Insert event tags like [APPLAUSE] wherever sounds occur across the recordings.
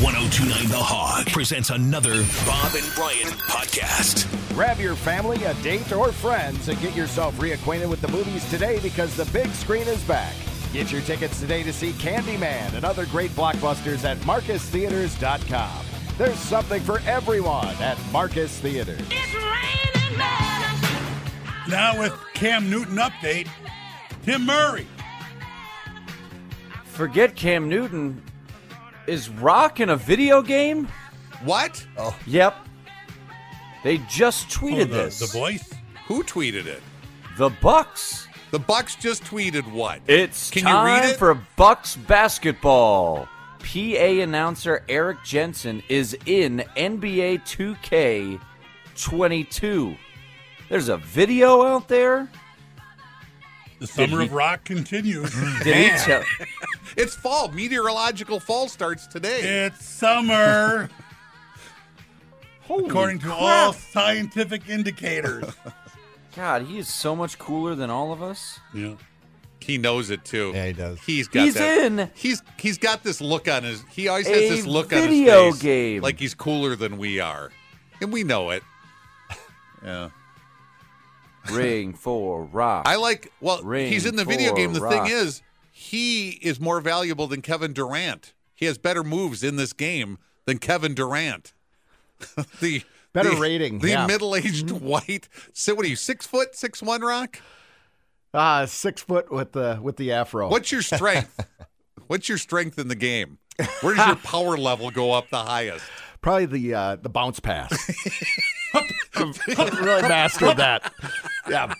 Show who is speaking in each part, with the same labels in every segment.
Speaker 1: 1029 The Hog presents another Bob and Brian podcast.
Speaker 2: Grab your family, a date, or friends and get yourself reacquainted with the movies today because the big screen is back. Get your tickets today to see Candyman and other great blockbusters at MarcusTheaters.com. There's something for everyone at Marcus Theater.
Speaker 3: It's raining men.
Speaker 4: Now with Cam Newton update, Tim Murray.
Speaker 5: Forget Cam Newton. Is Rock in a video game?
Speaker 6: What? Oh,
Speaker 5: Yep. They just tweeted
Speaker 4: the,
Speaker 5: this.
Speaker 4: the voice.
Speaker 6: who tweeted it?
Speaker 5: The Bucks.
Speaker 6: The Bucks just tweeted what?
Speaker 5: It's
Speaker 6: Can you
Speaker 5: time
Speaker 6: read it?
Speaker 5: for Bucks basketball. PA announcer Eric Jensen is in NBA 2K 22. There's a video out there.
Speaker 4: The summer of rock continues.
Speaker 5: Did he tell?
Speaker 6: It's fall. Meteorological fall starts today.
Speaker 4: it's summer,
Speaker 5: [LAUGHS] Holy
Speaker 4: according to
Speaker 5: crap.
Speaker 4: all scientific indicators.
Speaker 5: God, he is so much cooler than all of us.
Speaker 4: yeah.
Speaker 6: He knows it too.
Speaker 2: Yeah, he does.
Speaker 6: He's got
Speaker 5: He's
Speaker 6: that-
Speaker 5: in.
Speaker 6: He's he's got this look on his. He always has
Speaker 5: A
Speaker 6: this look on
Speaker 5: video
Speaker 6: his face,
Speaker 5: game.
Speaker 6: like he's cooler than we are, and we know it. Yeah,
Speaker 5: Ring for [LAUGHS] Rock.
Speaker 6: I like. Well,
Speaker 5: Ring
Speaker 6: he's in the video
Speaker 5: for
Speaker 6: game. The
Speaker 5: rock.
Speaker 6: thing is, he is more valuable than Kevin Durant. He has better moves in this game than Kevin Durant. [LAUGHS] the
Speaker 2: Better
Speaker 6: the-
Speaker 2: rating,
Speaker 6: The
Speaker 2: yeah. Mm-hmm.
Speaker 6: middle-aged white. So what are you? Six foot, six one rock.
Speaker 2: Ah, six foot with the with the afro.
Speaker 6: What's
Speaker 2: [LAUGHS]
Speaker 6: your strength? What's your strength in the game? Where does your power level go up
Speaker 2: [LAUGHS]
Speaker 6: the highest?
Speaker 2: Probably the uh, the bounce pass. really mastered that. Yeah.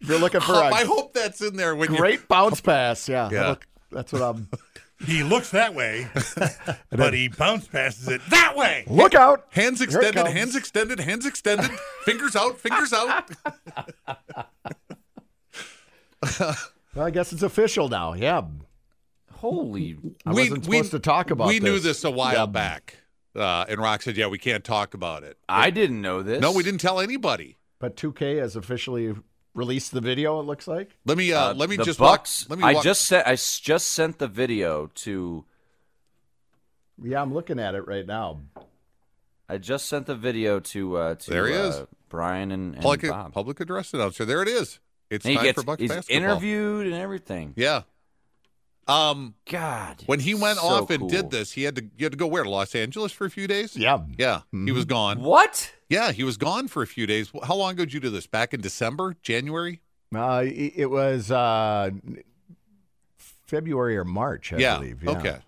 Speaker 2: If you're looking for
Speaker 6: Oh, I
Speaker 2: a
Speaker 6: hope that's in there when you.
Speaker 2: great bounce pass, yeah.
Speaker 6: Yeah.
Speaker 2: Look, that's what I'm.
Speaker 4: He looks that way, but he bounce passes it that way.
Speaker 2: Look out!
Speaker 6: Hands
Speaker 2: it
Speaker 6: extended,
Speaker 2: comes.
Speaker 6: hands extended, hands
Speaker 2: [LAUGHS]
Speaker 6: extended, fingers out, fingers out.
Speaker 2: Well, I guess it's official now. Yeah.
Speaker 5: Holy.
Speaker 2: I wasn't supposed to talk about
Speaker 6: We knew
Speaker 2: this.
Speaker 6: this a while
Speaker 2: Yeah.
Speaker 6: back. Uh, and Rock said, yeah, we can't talk about it.
Speaker 5: I didn't know this.
Speaker 6: No, we didn't tell anybody.
Speaker 2: But 2K has officially released the video. It looks like.
Speaker 6: Let me uh, let me
Speaker 5: the
Speaker 6: just
Speaker 5: Bucks.
Speaker 6: walk. Let me
Speaker 5: I
Speaker 6: walk.
Speaker 5: just sent. I s- just sent the video to.
Speaker 2: Yeah, I'm looking at it right now.
Speaker 5: I just sent the video to. Uh, to
Speaker 6: There he
Speaker 5: uh,
Speaker 6: is.
Speaker 5: Brian and, and
Speaker 6: public,
Speaker 5: Bob.
Speaker 6: public address announcer. There it is. It's
Speaker 5: And he
Speaker 6: time
Speaker 5: gets
Speaker 6: for Bucks
Speaker 5: he's
Speaker 6: basketball.
Speaker 5: interviewed and everything.
Speaker 6: Yeah. Um,
Speaker 5: God.
Speaker 6: when he went
Speaker 5: so
Speaker 6: off and
Speaker 5: cool.
Speaker 6: did this, he had to you had to go where to Los Angeles for a few days.
Speaker 2: Yeah. Mm-hmm.
Speaker 6: Yeah, he was gone.
Speaker 5: What?
Speaker 6: Yeah, he was gone for a few days. How long ago did you do this? Back in December, January?
Speaker 2: Uh, it it was uh, February or March, I
Speaker 6: yeah.
Speaker 2: believe. Yeah.
Speaker 6: Okay.
Speaker 5: Uh-huh.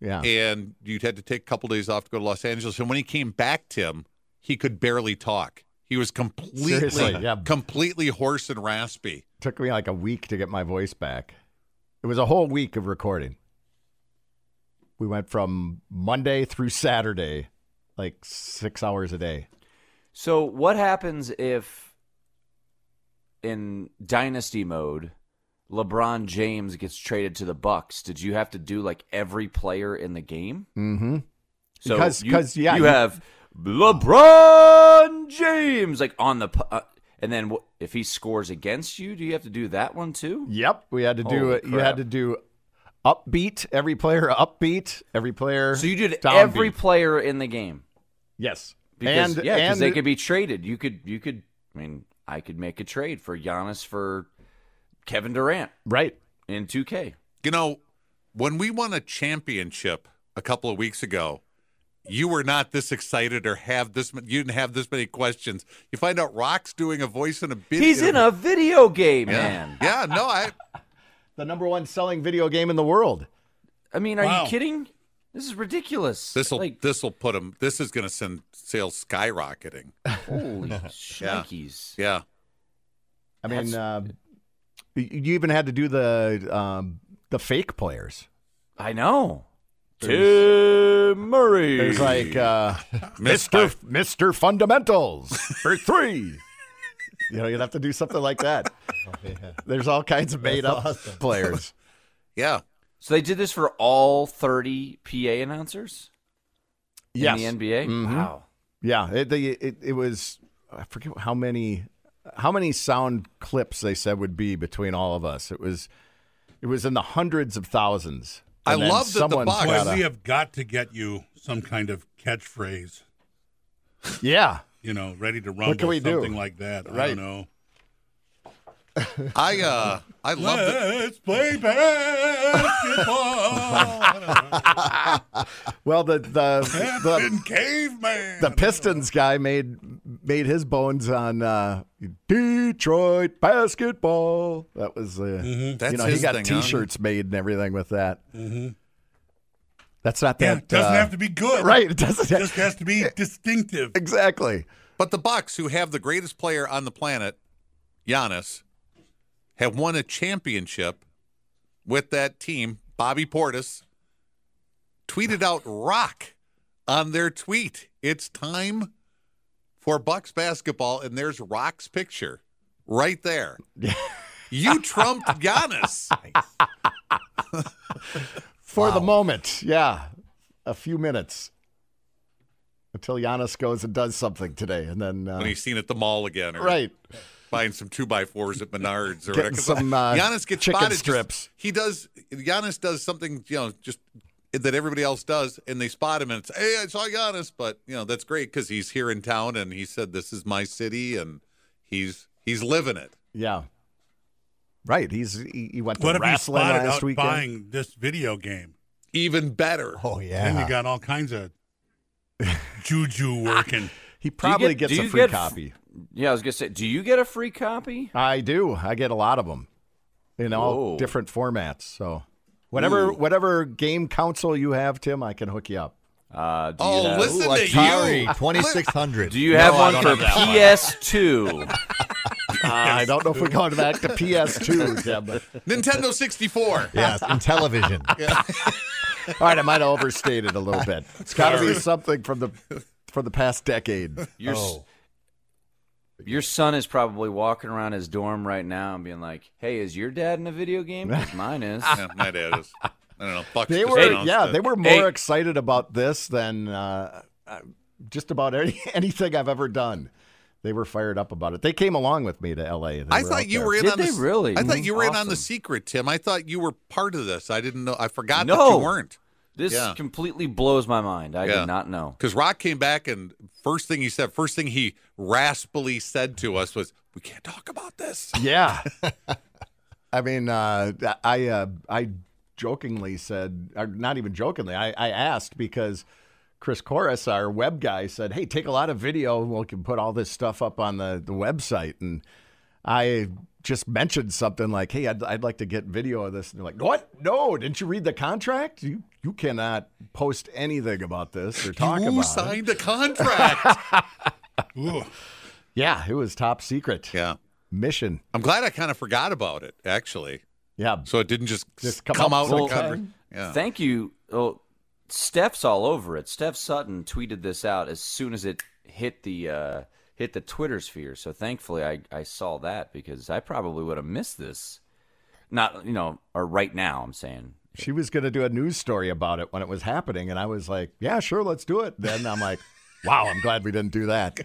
Speaker 2: Yeah.
Speaker 6: And you had to take a couple days off to go to Los Angeles. And when he came back, Tim, he could barely talk. He was completely,
Speaker 2: Seriously, yeah.
Speaker 6: completely hoarse and raspy.
Speaker 2: took me like a week to get my voice back. It was a whole week of recording. We went from Monday through Saturday, like six hours a day.
Speaker 5: So what happens if in dynasty mode LeBron James gets traded to the Bucks? Did you have to do like every player in the game?
Speaker 2: Mm-hmm.
Speaker 5: So
Speaker 2: Because-
Speaker 5: you,
Speaker 2: 'cause, yeah,
Speaker 5: you
Speaker 2: you-
Speaker 5: have LeBron James like on the pu- uh, and then wh- if he scores against you, do you have to do that one too?
Speaker 2: Yep, we had to do
Speaker 5: Holy
Speaker 2: it. You
Speaker 5: crap.
Speaker 2: had to do upbeat. Every player upbeat. Every player.
Speaker 5: So you did
Speaker 2: downbeat.
Speaker 5: every player in the game
Speaker 2: Yes.
Speaker 5: because
Speaker 2: and
Speaker 5: yeah, because
Speaker 2: and
Speaker 5: they could be traded. You could you could I mean I could make a trade for Giannis for Kevin Durant
Speaker 2: right.
Speaker 5: in 2K.
Speaker 6: You know, when we won a championship a couple of weeks ago, you were not this excited or have this. ma- You didn't have this many questions. You find out Rock's doing a voice in a video.
Speaker 5: He's in a video game, man.
Speaker 6: yeah. No, I
Speaker 2: The number one selling video game in the world.
Speaker 5: I mean, are
Speaker 4: Wow.
Speaker 5: you kidding? This is ridiculous.
Speaker 6: This will
Speaker 5: like
Speaker 6: this will put him. This is going to send sales skyrocketing.
Speaker 2: [LAUGHS]
Speaker 5: holy shnikes.
Speaker 6: Yeah,
Speaker 2: I mean,
Speaker 5: That's-
Speaker 2: uh, you you even had to do the um, the fake players.
Speaker 5: I know. Tim Murray.
Speaker 2: There's like uh, [LAUGHS] Mister
Speaker 6: Mr.
Speaker 2: Mister Fundamentals [LAUGHS] for three. you know, you'd have to do something like [LAUGHS] that. There's all kinds of made up players.
Speaker 6: yeah.
Speaker 5: so they did this for all 30 PA announcers in the NBA.
Speaker 6: Mm-hmm.
Speaker 5: Wow.
Speaker 2: Yeah, it, they, it it was I forget how many how many sound clips they said would be between all of us. It was it was in the hundreds of thousands.
Speaker 6: I
Speaker 2: And then
Speaker 6: love that the
Speaker 2: someone's
Speaker 6: Bucks.
Speaker 2: gotta-
Speaker 4: Boy, we have got to get you some kind of catchphrase.
Speaker 2: Yeah.
Speaker 4: You know, ready to rumble.
Speaker 2: can we do?
Speaker 4: Something like that. I
Speaker 2: Right.
Speaker 4: don't know.
Speaker 6: I uh, I love that.
Speaker 4: Let's play
Speaker 2: [LAUGHS]
Speaker 4: basketball.
Speaker 2: Well, the the the,
Speaker 4: Captain Caveman.
Speaker 2: the Pistons guy made made his bones on uh, Detroit basketball. That was uh,
Speaker 6: Mm-hmm. That's
Speaker 2: you know
Speaker 6: his
Speaker 2: he got
Speaker 6: thing, huh? Mm-hmm.
Speaker 2: T-shirts made and everything with that. That's not
Speaker 4: Yeah,
Speaker 2: that.
Speaker 4: it doesn't
Speaker 2: uh,
Speaker 4: have to be good.
Speaker 2: [LAUGHS] right. It doesn't.
Speaker 4: It just has to be distinctive.
Speaker 2: [LAUGHS] exactly.
Speaker 6: But the Bucks, who have the greatest player on the planet, Giannis, have won a championship with that team. Bobby Portis tweeted out "Rock" on their tweet. It's time for Bucks basketball, and there's Rock's picture right there. You trumped Giannis.
Speaker 2: For the moment, yeah, a few minutes until Giannis goes and does something today, and then uh,
Speaker 6: when he's seen at the mall again, or
Speaker 2: right.
Speaker 6: buying some two by fours at Menards or
Speaker 2: Getting
Speaker 6: whatever.
Speaker 2: some, uh,
Speaker 6: Giannis gets
Speaker 2: chicken
Speaker 6: spotted. just-
Speaker 2: strips.
Speaker 6: he does. Giannis does something you know just that everybody else does, and they spot him and it's hey, I saw Giannis, but you know that's great because he's here in town and he said this is my city and he's he's living it.
Speaker 2: Yeah. Right. He's he, he went to
Speaker 4: What if you
Speaker 2: wrestling
Speaker 4: spotted
Speaker 2: last
Speaker 4: out
Speaker 2: weekend.
Speaker 4: buying this video game?
Speaker 6: Even better.
Speaker 2: Oh
Speaker 4: Then
Speaker 2: yeah.
Speaker 4: you got all kinds of juju working.
Speaker 2: he probably
Speaker 5: get-
Speaker 2: gets
Speaker 5: do
Speaker 2: a
Speaker 5: you
Speaker 2: free
Speaker 5: get f-
Speaker 2: copy.
Speaker 5: Yeah, I was gonna say, do you get a free copy?
Speaker 2: I do. I get a lot of them in all
Speaker 5: Whoa.
Speaker 2: different formats. So whatever whatever game console you have, Tim, I can hook you up.
Speaker 5: Uh, do
Speaker 6: Oh,
Speaker 5: you have,
Speaker 6: listen to
Speaker 7: Atari
Speaker 6: you.
Speaker 7: 2600.
Speaker 5: Do you have
Speaker 6: I
Speaker 5: one
Speaker 6: don't
Speaker 5: for
Speaker 6: have that one.
Speaker 5: PS2?
Speaker 2: [LAUGHS] I don't know if we're going back to PS2, Tim. but-
Speaker 6: Nintendo 64.
Speaker 7: Yes, in television.
Speaker 2: All right, I might have overstated a little bit. It's got to be something from the from the past decade.
Speaker 5: Your, s-
Speaker 7: Oh.
Speaker 5: [LAUGHS] your son is probably walking around his dorm right now and being like, "Hey, is your dad in a video game?
Speaker 6: [LAUGHS]
Speaker 5: 'Cause mine is."
Speaker 6: [LAUGHS] yeah, my dad is. I don't know. Bucks
Speaker 2: They
Speaker 6: just
Speaker 2: were,
Speaker 6: announced
Speaker 2: yeah,
Speaker 6: it.
Speaker 2: they were more
Speaker 5: Hey.
Speaker 2: excited about this than uh, uh, just about any, [LAUGHS] anything I've ever done. They were fired up about it. They came along with me to L.A. They
Speaker 6: I
Speaker 2: were
Speaker 6: thought
Speaker 2: out
Speaker 6: you
Speaker 2: there.
Speaker 6: were in
Speaker 5: Did
Speaker 6: on
Speaker 5: they
Speaker 6: this.
Speaker 5: really?
Speaker 6: I thought
Speaker 5: Mm,
Speaker 6: you were in on the
Speaker 5: awesome.
Speaker 6: secret, Tim. I thought you were part of this. I didn't know. I forgot that you
Speaker 5: No.
Speaker 6: weren't.
Speaker 5: This
Speaker 6: Yeah.
Speaker 5: completely blows my mind. I
Speaker 6: Yeah.
Speaker 5: did not know.
Speaker 6: Because Rock came back and first thing he said, first thing he raspily said to us was, "We can't talk about this."
Speaker 2: Yeah. [LAUGHS] I mean, uh, I uh, I jokingly said, or not even jokingly, I, I asked because Chris Corris, our web guy, said, "Hey, take a lot of video. We can put all this stuff up on the, the website." And I just mentioned something like, "Hey, I'd, I'd like to get video of this." And they're like, "What? No! Didn't you read the contract? You you cannot post anything about this or talk
Speaker 6: Who
Speaker 2: about it."
Speaker 6: signed [LAUGHS] a contract?
Speaker 4: Ooh.
Speaker 2: Yeah, it was top secret
Speaker 6: yeah,
Speaker 2: mission.
Speaker 6: I'm glad I kind of forgot about it actually,
Speaker 2: Yeah,
Speaker 6: so it didn't just,
Speaker 2: Just come
Speaker 6: come,
Speaker 2: up
Speaker 6: out. in a
Speaker 2: sometime.
Speaker 6: conver- yeah.
Speaker 5: Thank you. Oh, Steph's all over it. Steph Sutton tweeted this out as soon as it hit the uh, hit the Twitter sphere. So thankfully, I, I saw that because I probably would have missed this. Not you know, or right now. I'm saying
Speaker 2: she was going to do a news story about it when it was happening and i was like yeah sure let's do it then i'm
Speaker 5: [LAUGHS]
Speaker 2: like wow i'm glad we didn't do that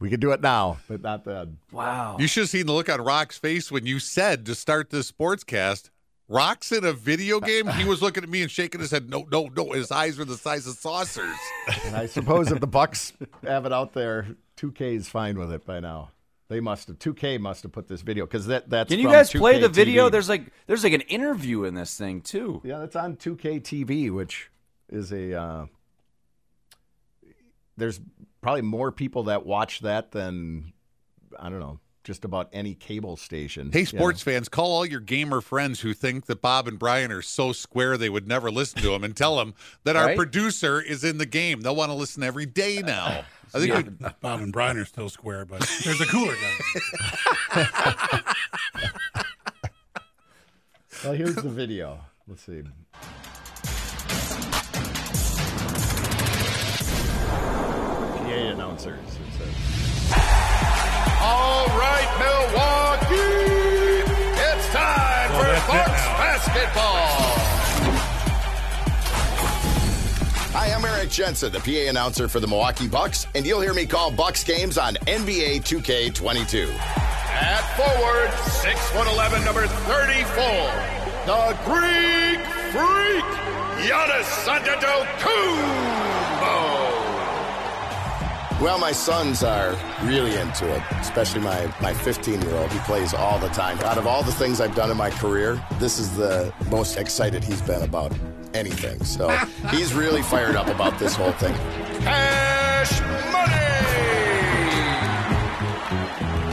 Speaker 2: we could do it now but not then
Speaker 5: Wow.
Speaker 6: You should have seen the look on Rock's face when you said to start this sportscast. Rock's in a video game. He was looking at me and shaking his head. No, no, no. His eyes were the size of saucers.
Speaker 2: and i suppose if the bucks have it out there 2k is fine with it by now they must have 2k must have put this video because that that's
Speaker 5: Can you
Speaker 2: from
Speaker 5: guys play
Speaker 2: 2K
Speaker 5: the video?
Speaker 2: TV.
Speaker 5: There's like there's like an interview in this thing too.
Speaker 2: yeah that's on 2k tv which is a uh, there's probably more people that watch that than I don't know, just about any cable station.
Speaker 6: Hey,
Speaker 2: you
Speaker 6: sports fans, call all your gamer friends who think that Bob and Brian are so square they would never listen to him and tell them that our
Speaker 5: Right?
Speaker 6: producer is in the game. They'll want to listen every day
Speaker 7: Uh, [LAUGHS]
Speaker 6: now. I think we-
Speaker 4: Bob and Brian are still square, but there's a cooler guy.
Speaker 2: know. Well, here's the video. Let's see. PA announcers. It says.
Speaker 8: All right, Milwaukee, it's time
Speaker 4: Well, that's it
Speaker 8: for Bucks
Speaker 4: now.
Speaker 8: basketball. Hi, I'm Eric Jensen, the PA announcer for the Milwaukee Bucks, and you'll hear me call Bucks games on NBA 2K22.
Speaker 2: At forward, 6'11, number 34, the Greek Freak, Giannis Antetokounmpo. Well, my sons are really into it, especially my, my 15-year-old. He plays all the time. Out of all the things I've done in my career, this is the most excited he's been about anything. So he's really fired up about this whole thing. Cash money!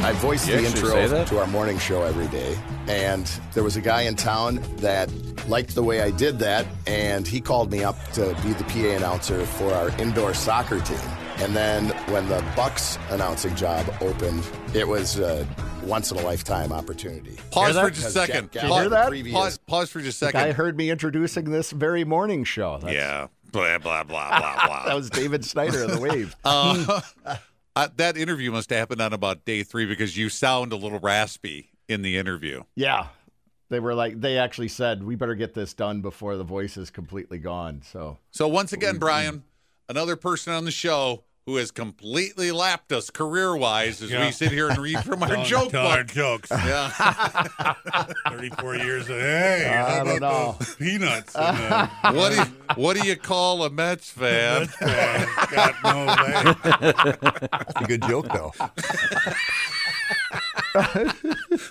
Speaker 2: I voiced
Speaker 5: You
Speaker 2: the
Speaker 5: actually say
Speaker 2: intro
Speaker 5: that?
Speaker 2: to our morning show every day, and there was a guy in town that liked the way I did that, and he called me up to be the PA announcer for our indoor soccer team. And then when the Bucks announcing job opened, it was a once in a lifetime opportunity.
Speaker 6: Pause
Speaker 7: that?
Speaker 6: for just a second.
Speaker 2: Jack Gallagher,
Speaker 7: hear that?
Speaker 2: previous-
Speaker 6: Pause, pause for just a
Speaker 7: I
Speaker 6: second.
Speaker 7: heard me introducing this very morning show. That's-
Speaker 6: Yeah. Blah blah blah blah blah.
Speaker 7: [LAUGHS] That was David Snyder
Speaker 2: [LAUGHS]
Speaker 7: of the Wave.
Speaker 6: Uh, uh, that interview must have happened on about day three because you sound a little raspy in the interview.
Speaker 7: yeah. They were like, they actually said, we better get this done before the voice is completely gone. So,
Speaker 6: So once again,
Speaker 7: Mm-hmm.
Speaker 6: Brian, another person on the show who has completely lapped us career-wise as
Speaker 4: Yeah.
Speaker 6: we sit here and read from
Speaker 7: [LAUGHS]
Speaker 6: our
Speaker 4: Don't
Speaker 6: joke
Speaker 4: tell our
Speaker 6: book.
Speaker 4: jokes.
Speaker 6: Yeah.
Speaker 4: [LAUGHS] 34 years of, hey,
Speaker 7: I
Speaker 4: how
Speaker 7: don't
Speaker 4: about
Speaker 7: know.
Speaker 4: those peanuts? And, uh,
Speaker 6: What do you, what do you call a Mets fan?
Speaker 7: [LAUGHS]
Speaker 4: that's why I got no leg.
Speaker 9: It's a good joke, though.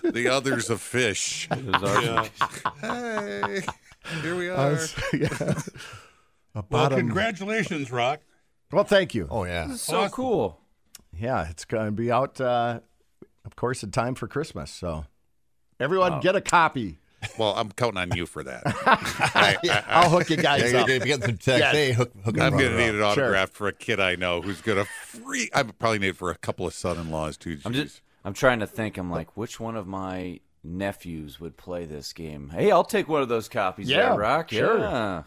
Speaker 6: the other's a fish.
Speaker 5: Yeah.
Speaker 6: Hey, here we
Speaker 7: I
Speaker 6: are.
Speaker 7: was- [LAUGHS] yeah.
Speaker 9: A
Speaker 4: Well,
Speaker 9: bottom-
Speaker 4: congratulations, Rock.
Speaker 7: well, thank you.
Speaker 9: Oh yeah.
Speaker 5: So cool.
Speaker 7: Yeah, it's going to be out, uh, of course, in time for Christmas. So, everyone get
Speaker 9: [LAUGHS]
Speaker 7: a copy.
Speaker 6: Well, I'm counting on you for
Speaker 7: [LAUGHS]
Speaker 6: that.
Speaker 7: I'll hook you
Speaker 9: Yeah,
Speaker 7: guys
Speaker 9: you're
Speaker 7: up.
Speaker 9: gonna get some text.
Speaker 7: Yes.
Speaker 9: Hey, hook, hook
Speaker 6: I'm
Speaker 9: him
Speaker 6: going to
Speaker 9: up.
Speaker 6: need an
Speaker 7: Sure.
Speaker 6: autograph for a kid I know who's going to free. I would probably need it for a couple of son-in-laws too.
Speaker 5: I'm
Speaker 6: geez.
Speaker 5: just I'm trying to think. I'm like, which one of my nephews would play this game? Hey, I'll take one of those copies.
Speaker 7: Yeah,
Speaker 5: there, Rock.
Speaker 7: sure.
Speaker 5: Yeah.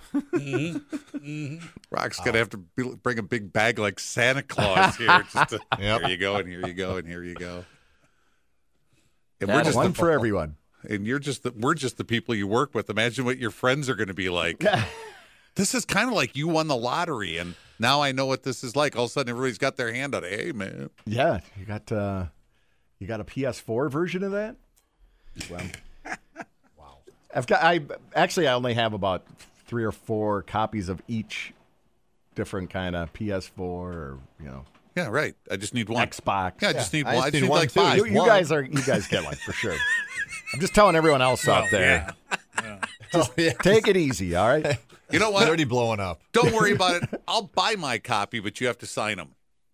Speaker 6: Rock's going to have to be, bring a big bag like Santa
Speaker 7: [LAUGHS]
Speaker 6: Claus here. Just to, Here you go, and here you go, and here you go. And we're
Speaker 5: That
Speaker 6: just
Speaker 5: is-
Speaker 6: the,
Speaker 7: One for everyone.
Speaker 6: and you're just the, we're just the people you work with. Imagine what your friends are going to
Speaker 9: [LAUGHS]
Speaker 6: be like. this is kind of like you won the lottery, and now I know what this is like. All of a sudden, everybody's got their hand out. Hey, man.
Speaker 7: Yeah, you got uh, you got a PS4 version of that. Well, wow. I've got. I actually I only have about three or four copies of each different kind of PS4 or you know
Speaker 6: Yeah, right. I just need one.
Speaker 7: Xbox.
Speaker 6: Yeah, I just need
Speaker 9: I
Speaker 6: one. I
Speaker 9: just
Speaker 6: just
Speaker 9: need
Speaker 6: need
Speaker 9: one,
Speaker 6: like
Speaker 9: too.
Speaker 6: five.
Speaker 7: you, you
Speaker 9: one.
Speaker 7: guys are you guys get one for sure. I'm just telling everyone else out there,
Speaker 6: [LAUGHS]
Speaker 9: Oh, yeah.
Speaker 7: take it easy. All right.
Speaker 6: You know
Speaker 9: [LAUGHS] It's
Speaker 6: what?
Speaker 9: already blowing up.
Speaker 6: Don't worry about it. I'll buy my copy, but you have to sign them.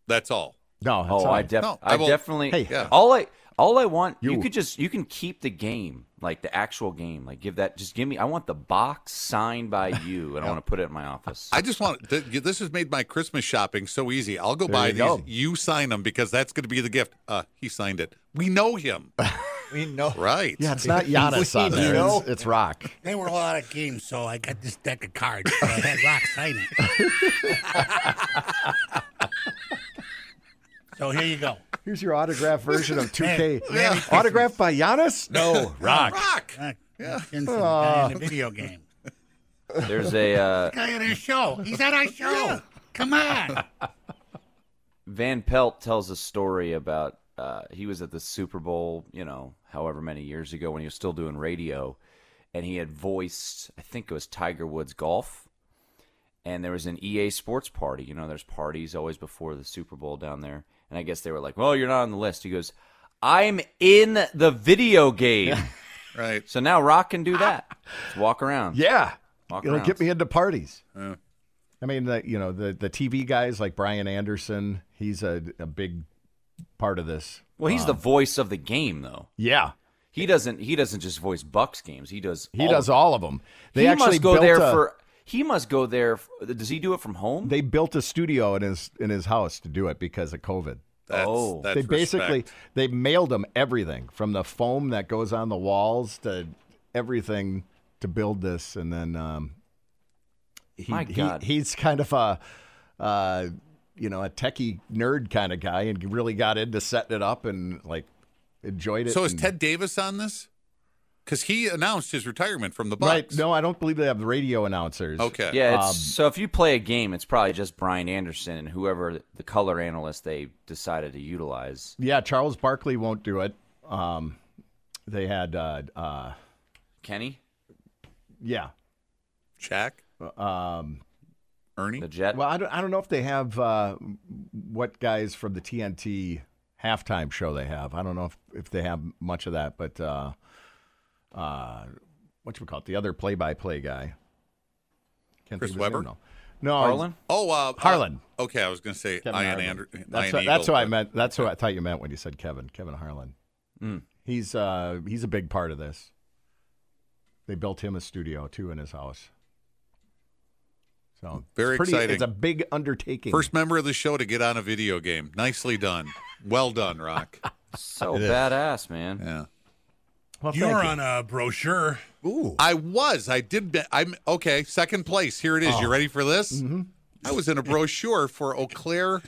Speaker 6: That's all.
Speaker 7: No, that's
Speaker 5: Oh,
Speaker 7: all
Speaker 5: I,
Speaker 7: right.
Speaker 5: def-
Speaker 6: No, I
Speaker 5: I,
Speaker 6: will-
Speaker 5: definitely.
Speaker 7: Hey.
Speaker 6: Yeah.
Speaker 5: All I all I want you,
Speaker 7: You-
Speaker 5: could just you can keep the game like the actual game like give that just give me I want the box signed by you and I want to put it in my office.
Speaker 6: I just want th- this has made my Christmas shopping so easy. I'll go buy
Speaker 7: you
Speaker 6: these.
Speaker 7: go.
Speaker 6: You sign them because that's going to be the gift. Uh, he signed it. We know him,
Speaker 9: [LAUGHS] We know.
Speaker 6: right?
Speaker 7: Yeah, it's not Giannis on
Speaker 9: You
Speaker 7: there.
Speaker 9: know?
Speaker 7: It's, it's Rock.
Speaker 4: They were all out of games, so I got this deck of cards. So I had Rock sign it. so here you go.
Speaker 7: Here's
Speaker 5: [LAUGHS]
Speaker 7: your autograph version of 2K.
Speaker 4: Merry Christmas.
Speaker 7: Autographed by Giannis?
Speaker 9: No.
Speaker 4: Rock.
Speaker 6: Rock.
Speaker 4: Yeah. Oh. In the guy in the video game.
Speaker 5: There's a uh,
Speaker 4: Guy on our show. He's at our show. Come [LAUGHS] on.
Speaker 5: Van Pelt tells a story about uh, he was at the Super Bowl, you know, however many years ago when he was still doing radio, and he had voiced, I think it was Tiger Woods golf, and there was an EA Sports party. You know, there's parties always before the Super Bowl down there, and I guess they were like, "Well, you're not on the list." He goes, "I'm in the video
Speaker 7: [LAUGHS]
Speaker 5: game,"
Speaker 6: Right.
Speaker 5: so now Rock can do that. Just walk around.
Speaker 7: [LAUGHS] Yeah.
Speaker 5: Walk
Speaker 7: It'll
Speaker 5: around.
Speaker 7: get me into parties. I mean, the, you know, the, the TV guys like Brian Anderson, he's a, a big part of this.
Speaker 5: Well, he's the voice of the game, though.
Speaker 7: Yeah.
Speaker 5: He doesn't. He doesn't just voice Bucks games. He does.
Speaker 7: He
Speaker 5: all
Speaker 7: does
Speaker 5: of
Speaker 7: all of them. They
Speaker 5: he
Speaker 7: actually
Speaker 5: must go
Speaker 7: built
Speaker 5: there
Speaker 7: a,
Speaker 5: for. He must go there. f does he do it from home?
Speaker 7: they built a studio in his in his house to do it because of COVID.
Speaker 6: That's,
Speaker 5: Oh.
Speaker 6: that's
Speaker 7: they basically
Speaker 6: respect.
Speaker 7: they mailed him everything from the foam that goes on the walls to everything to build this and then um he,
Speaker 5: My
Speaker 7: he-
Speaker 5: God.
Speaker 7: he's kind of a uh you know a techie nerd kind of guy and really got into setting it up and like enjoyed it
Speaker 6: So is
Speaker 7: and-
Speaker 6: Ted Davis on this? Because he announced his retirement from the Bucks.
Speaker 7: right no i don't believe they have radio announcers
Speaker 6: Okay.
Speaker 5: yeah.
Speaker 7: Um,
Speaker 5: It's, so if you play a game, it's probably just Brian Anderson and whoever the color analyst they decided to utilize.
Speaker 7: yeah charles barkley won't do it Um, they had, uh, uh,
Speaker 5: Kenny,
Speaker 7: yeah.
Speaker 6: Shaq,
Speaker 7: Um,
Speaker 6: Ernie.
Speaker 5: the Jet.
Speaker 7: well, I don't, I don't know if they have uh, what guys from the TNT halftime show they have. I don't know if, if they have much of that, but uh, uh, what you call it? The other play-by-play guy. Can't
Speaker 6: Chris
Speaker 7: think of his
Speaker 6: Webber?
Speaker 7: name, No, no [LAUGHS]
Speaker 5: Harlan.
Speaker 6: oh, uh,
Speaker 7: Harlan.
Speaker 6: uh, okay, I was going to say
Speaker 7: Kevin
Speaker 6: Ian
Speaker 7: Harlan.
Speaker 6: Andrew.
Speaker 7: That's,
Speaker 6: Ian
Speaker 7: what, that's
Speaker 6: Eagle,
Speaker 7: who I
Speaker 6: but-
Speaker 7: meant. That's what I thought you meant when you said Kevin. Kevin Harlan.
Speaker 6: Hmm.
Speaker 7: He's uh, he's a big part of this. They built him a studio too in his house. So it's
Speaker 6: Very
Speaker 7: pretty,
Speaker 6: exciting.
Speaker 7: It's a big undertaking.
Speaker 6: First member of the show to get on a video game. Nicely done. Well done, Rock.
Speaker 5: So badass, man.
Speaker 6: Yeah.
Speaker 7: well,
Speaker 4: you
Speaker 7: thank
Speaker 4: were
Speaker 7: you.
Speaker 4: on a brochure.
Speaker 10: Ooh.
Speaker 6: I was. I did. Be- I'm okay. Second place. Here it is.
Speaker 7: Oh.
Speaker 6: You ready for this? Mm-hmm. I was in a brochure for Eau Claire,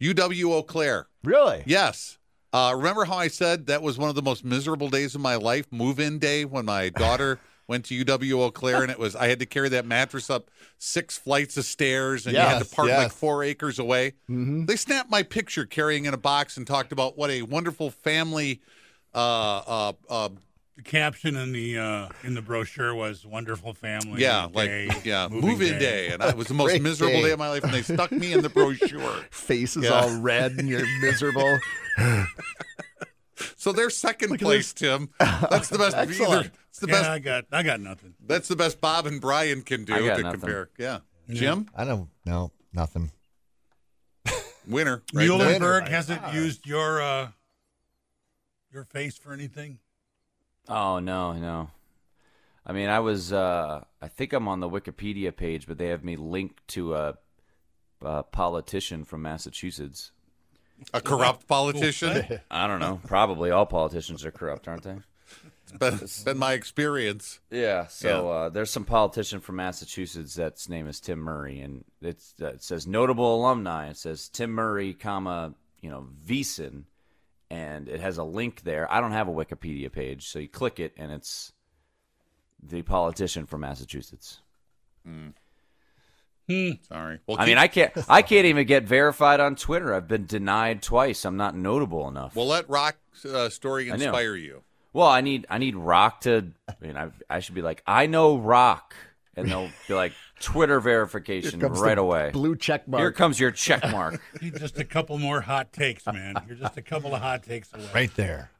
Speaker 6: UW Eau Claire.
Speaker 7: really.
Speaker 6: Yes. Uh, remember how I said that was one of the most miserable days of my life, move in day, when
Speaker 10: [LAUGHS]
Speaker 6: my daughter went to UW Eau Claire and it was, I had to carry that mattress up six flights of stairs and you had
Speaker 10: Yes,
Speaker 6: to park like
Speaker 10: yes. Mm-hmm.
Speaker 6: four acres away? They snapped my picture carrying in a box and talked about what a wonderful family. Uh, uh, uh,
Speaker 4: The caption in the uh, in the brochure was "Wonderful Family."
Speaker 6: yeah, like,
Speaker 4: day,
Speaker 6: yeah,
Speaker 4: moving
Speaker 6: move in day. And I- it was the most
Speaker 10: [LAUGHS] Great
Speaker 6: miserable
Speaker 10: day.
Speaker 6: day of my life. And they stuck me in
Speaker 10: [LAUGHS]
Speaker 6: the brochure.
Speaker 7: Face is
Speaker 6: Yeah.
Speaker 7: all red and you're miserable.
Speaker 6: So they're second place, Tim.
Speaker 10: [LAUGHS]
Speaker 6: That's the best.
Speaker 7: Excellent.
Speaker 6: Either, it's the
Speaker 4: yeah,
Speaker 6: best
Speaker 4: I got I got nothing.
Speaker 6: That's the best Bob and Brian can do
Speaker 5: I got
Speaker 6: to
Speaker 5: nothing.
Speaker 6: compare. Yeah. Jim,
Speaker 10: I don't. No, nothing.
Speaker 6: winner. Right there.
Speaker 4: Muhlenberg hasn't used your uh, your face for anything.
Speaker 5: Oh no, no. I mean, I was. Uh, I think I'm on the Wikipedia page, but they have me linked to a, a politician from Massachusetts.
Speaker 6: A corrupt politician.
Speaker 5: I don't
Speaker 6: [LAUGHS]
Speaker 5: know. Probably all politicians are corrupt, aren't they?
Speaker 6: but it's been my experience.
Speaker 5: Yeah. So Uh, there's some politician from Massachusetts that's name is Tim Murray, and it's, uh, it says notable alumni. It says Tim Murray, comma you know Veasan, and it has a link there. I don't have a Wikipedia page, so you click it, and it's the politician from Massachusetts.
Speaker 6: Sorry. Well,
Speaker 5: I
Speaker 6: keep-
Speaker 5: mean, I can't I can't even get verified on Twitter. I've been denied twice. I'm not notable enough.
Speaker 6: We'll let Rock's uh, story
Speaker 5: I know.
Speaker 6: inspire you.
Speaker 5: Well, I need I need Rock to. I mean, I I should be like I know Rock, and they'll be like Twitter verification
Speaker 7: comes the
Speaker 5: right away.
Speaker 7: Blue check mark.
Speaker 5: Here comes your check mark.
Speaker 4: You're just a couple more hot takes, man. You're just a couple of hot takes away.
Speaker 10: Right there.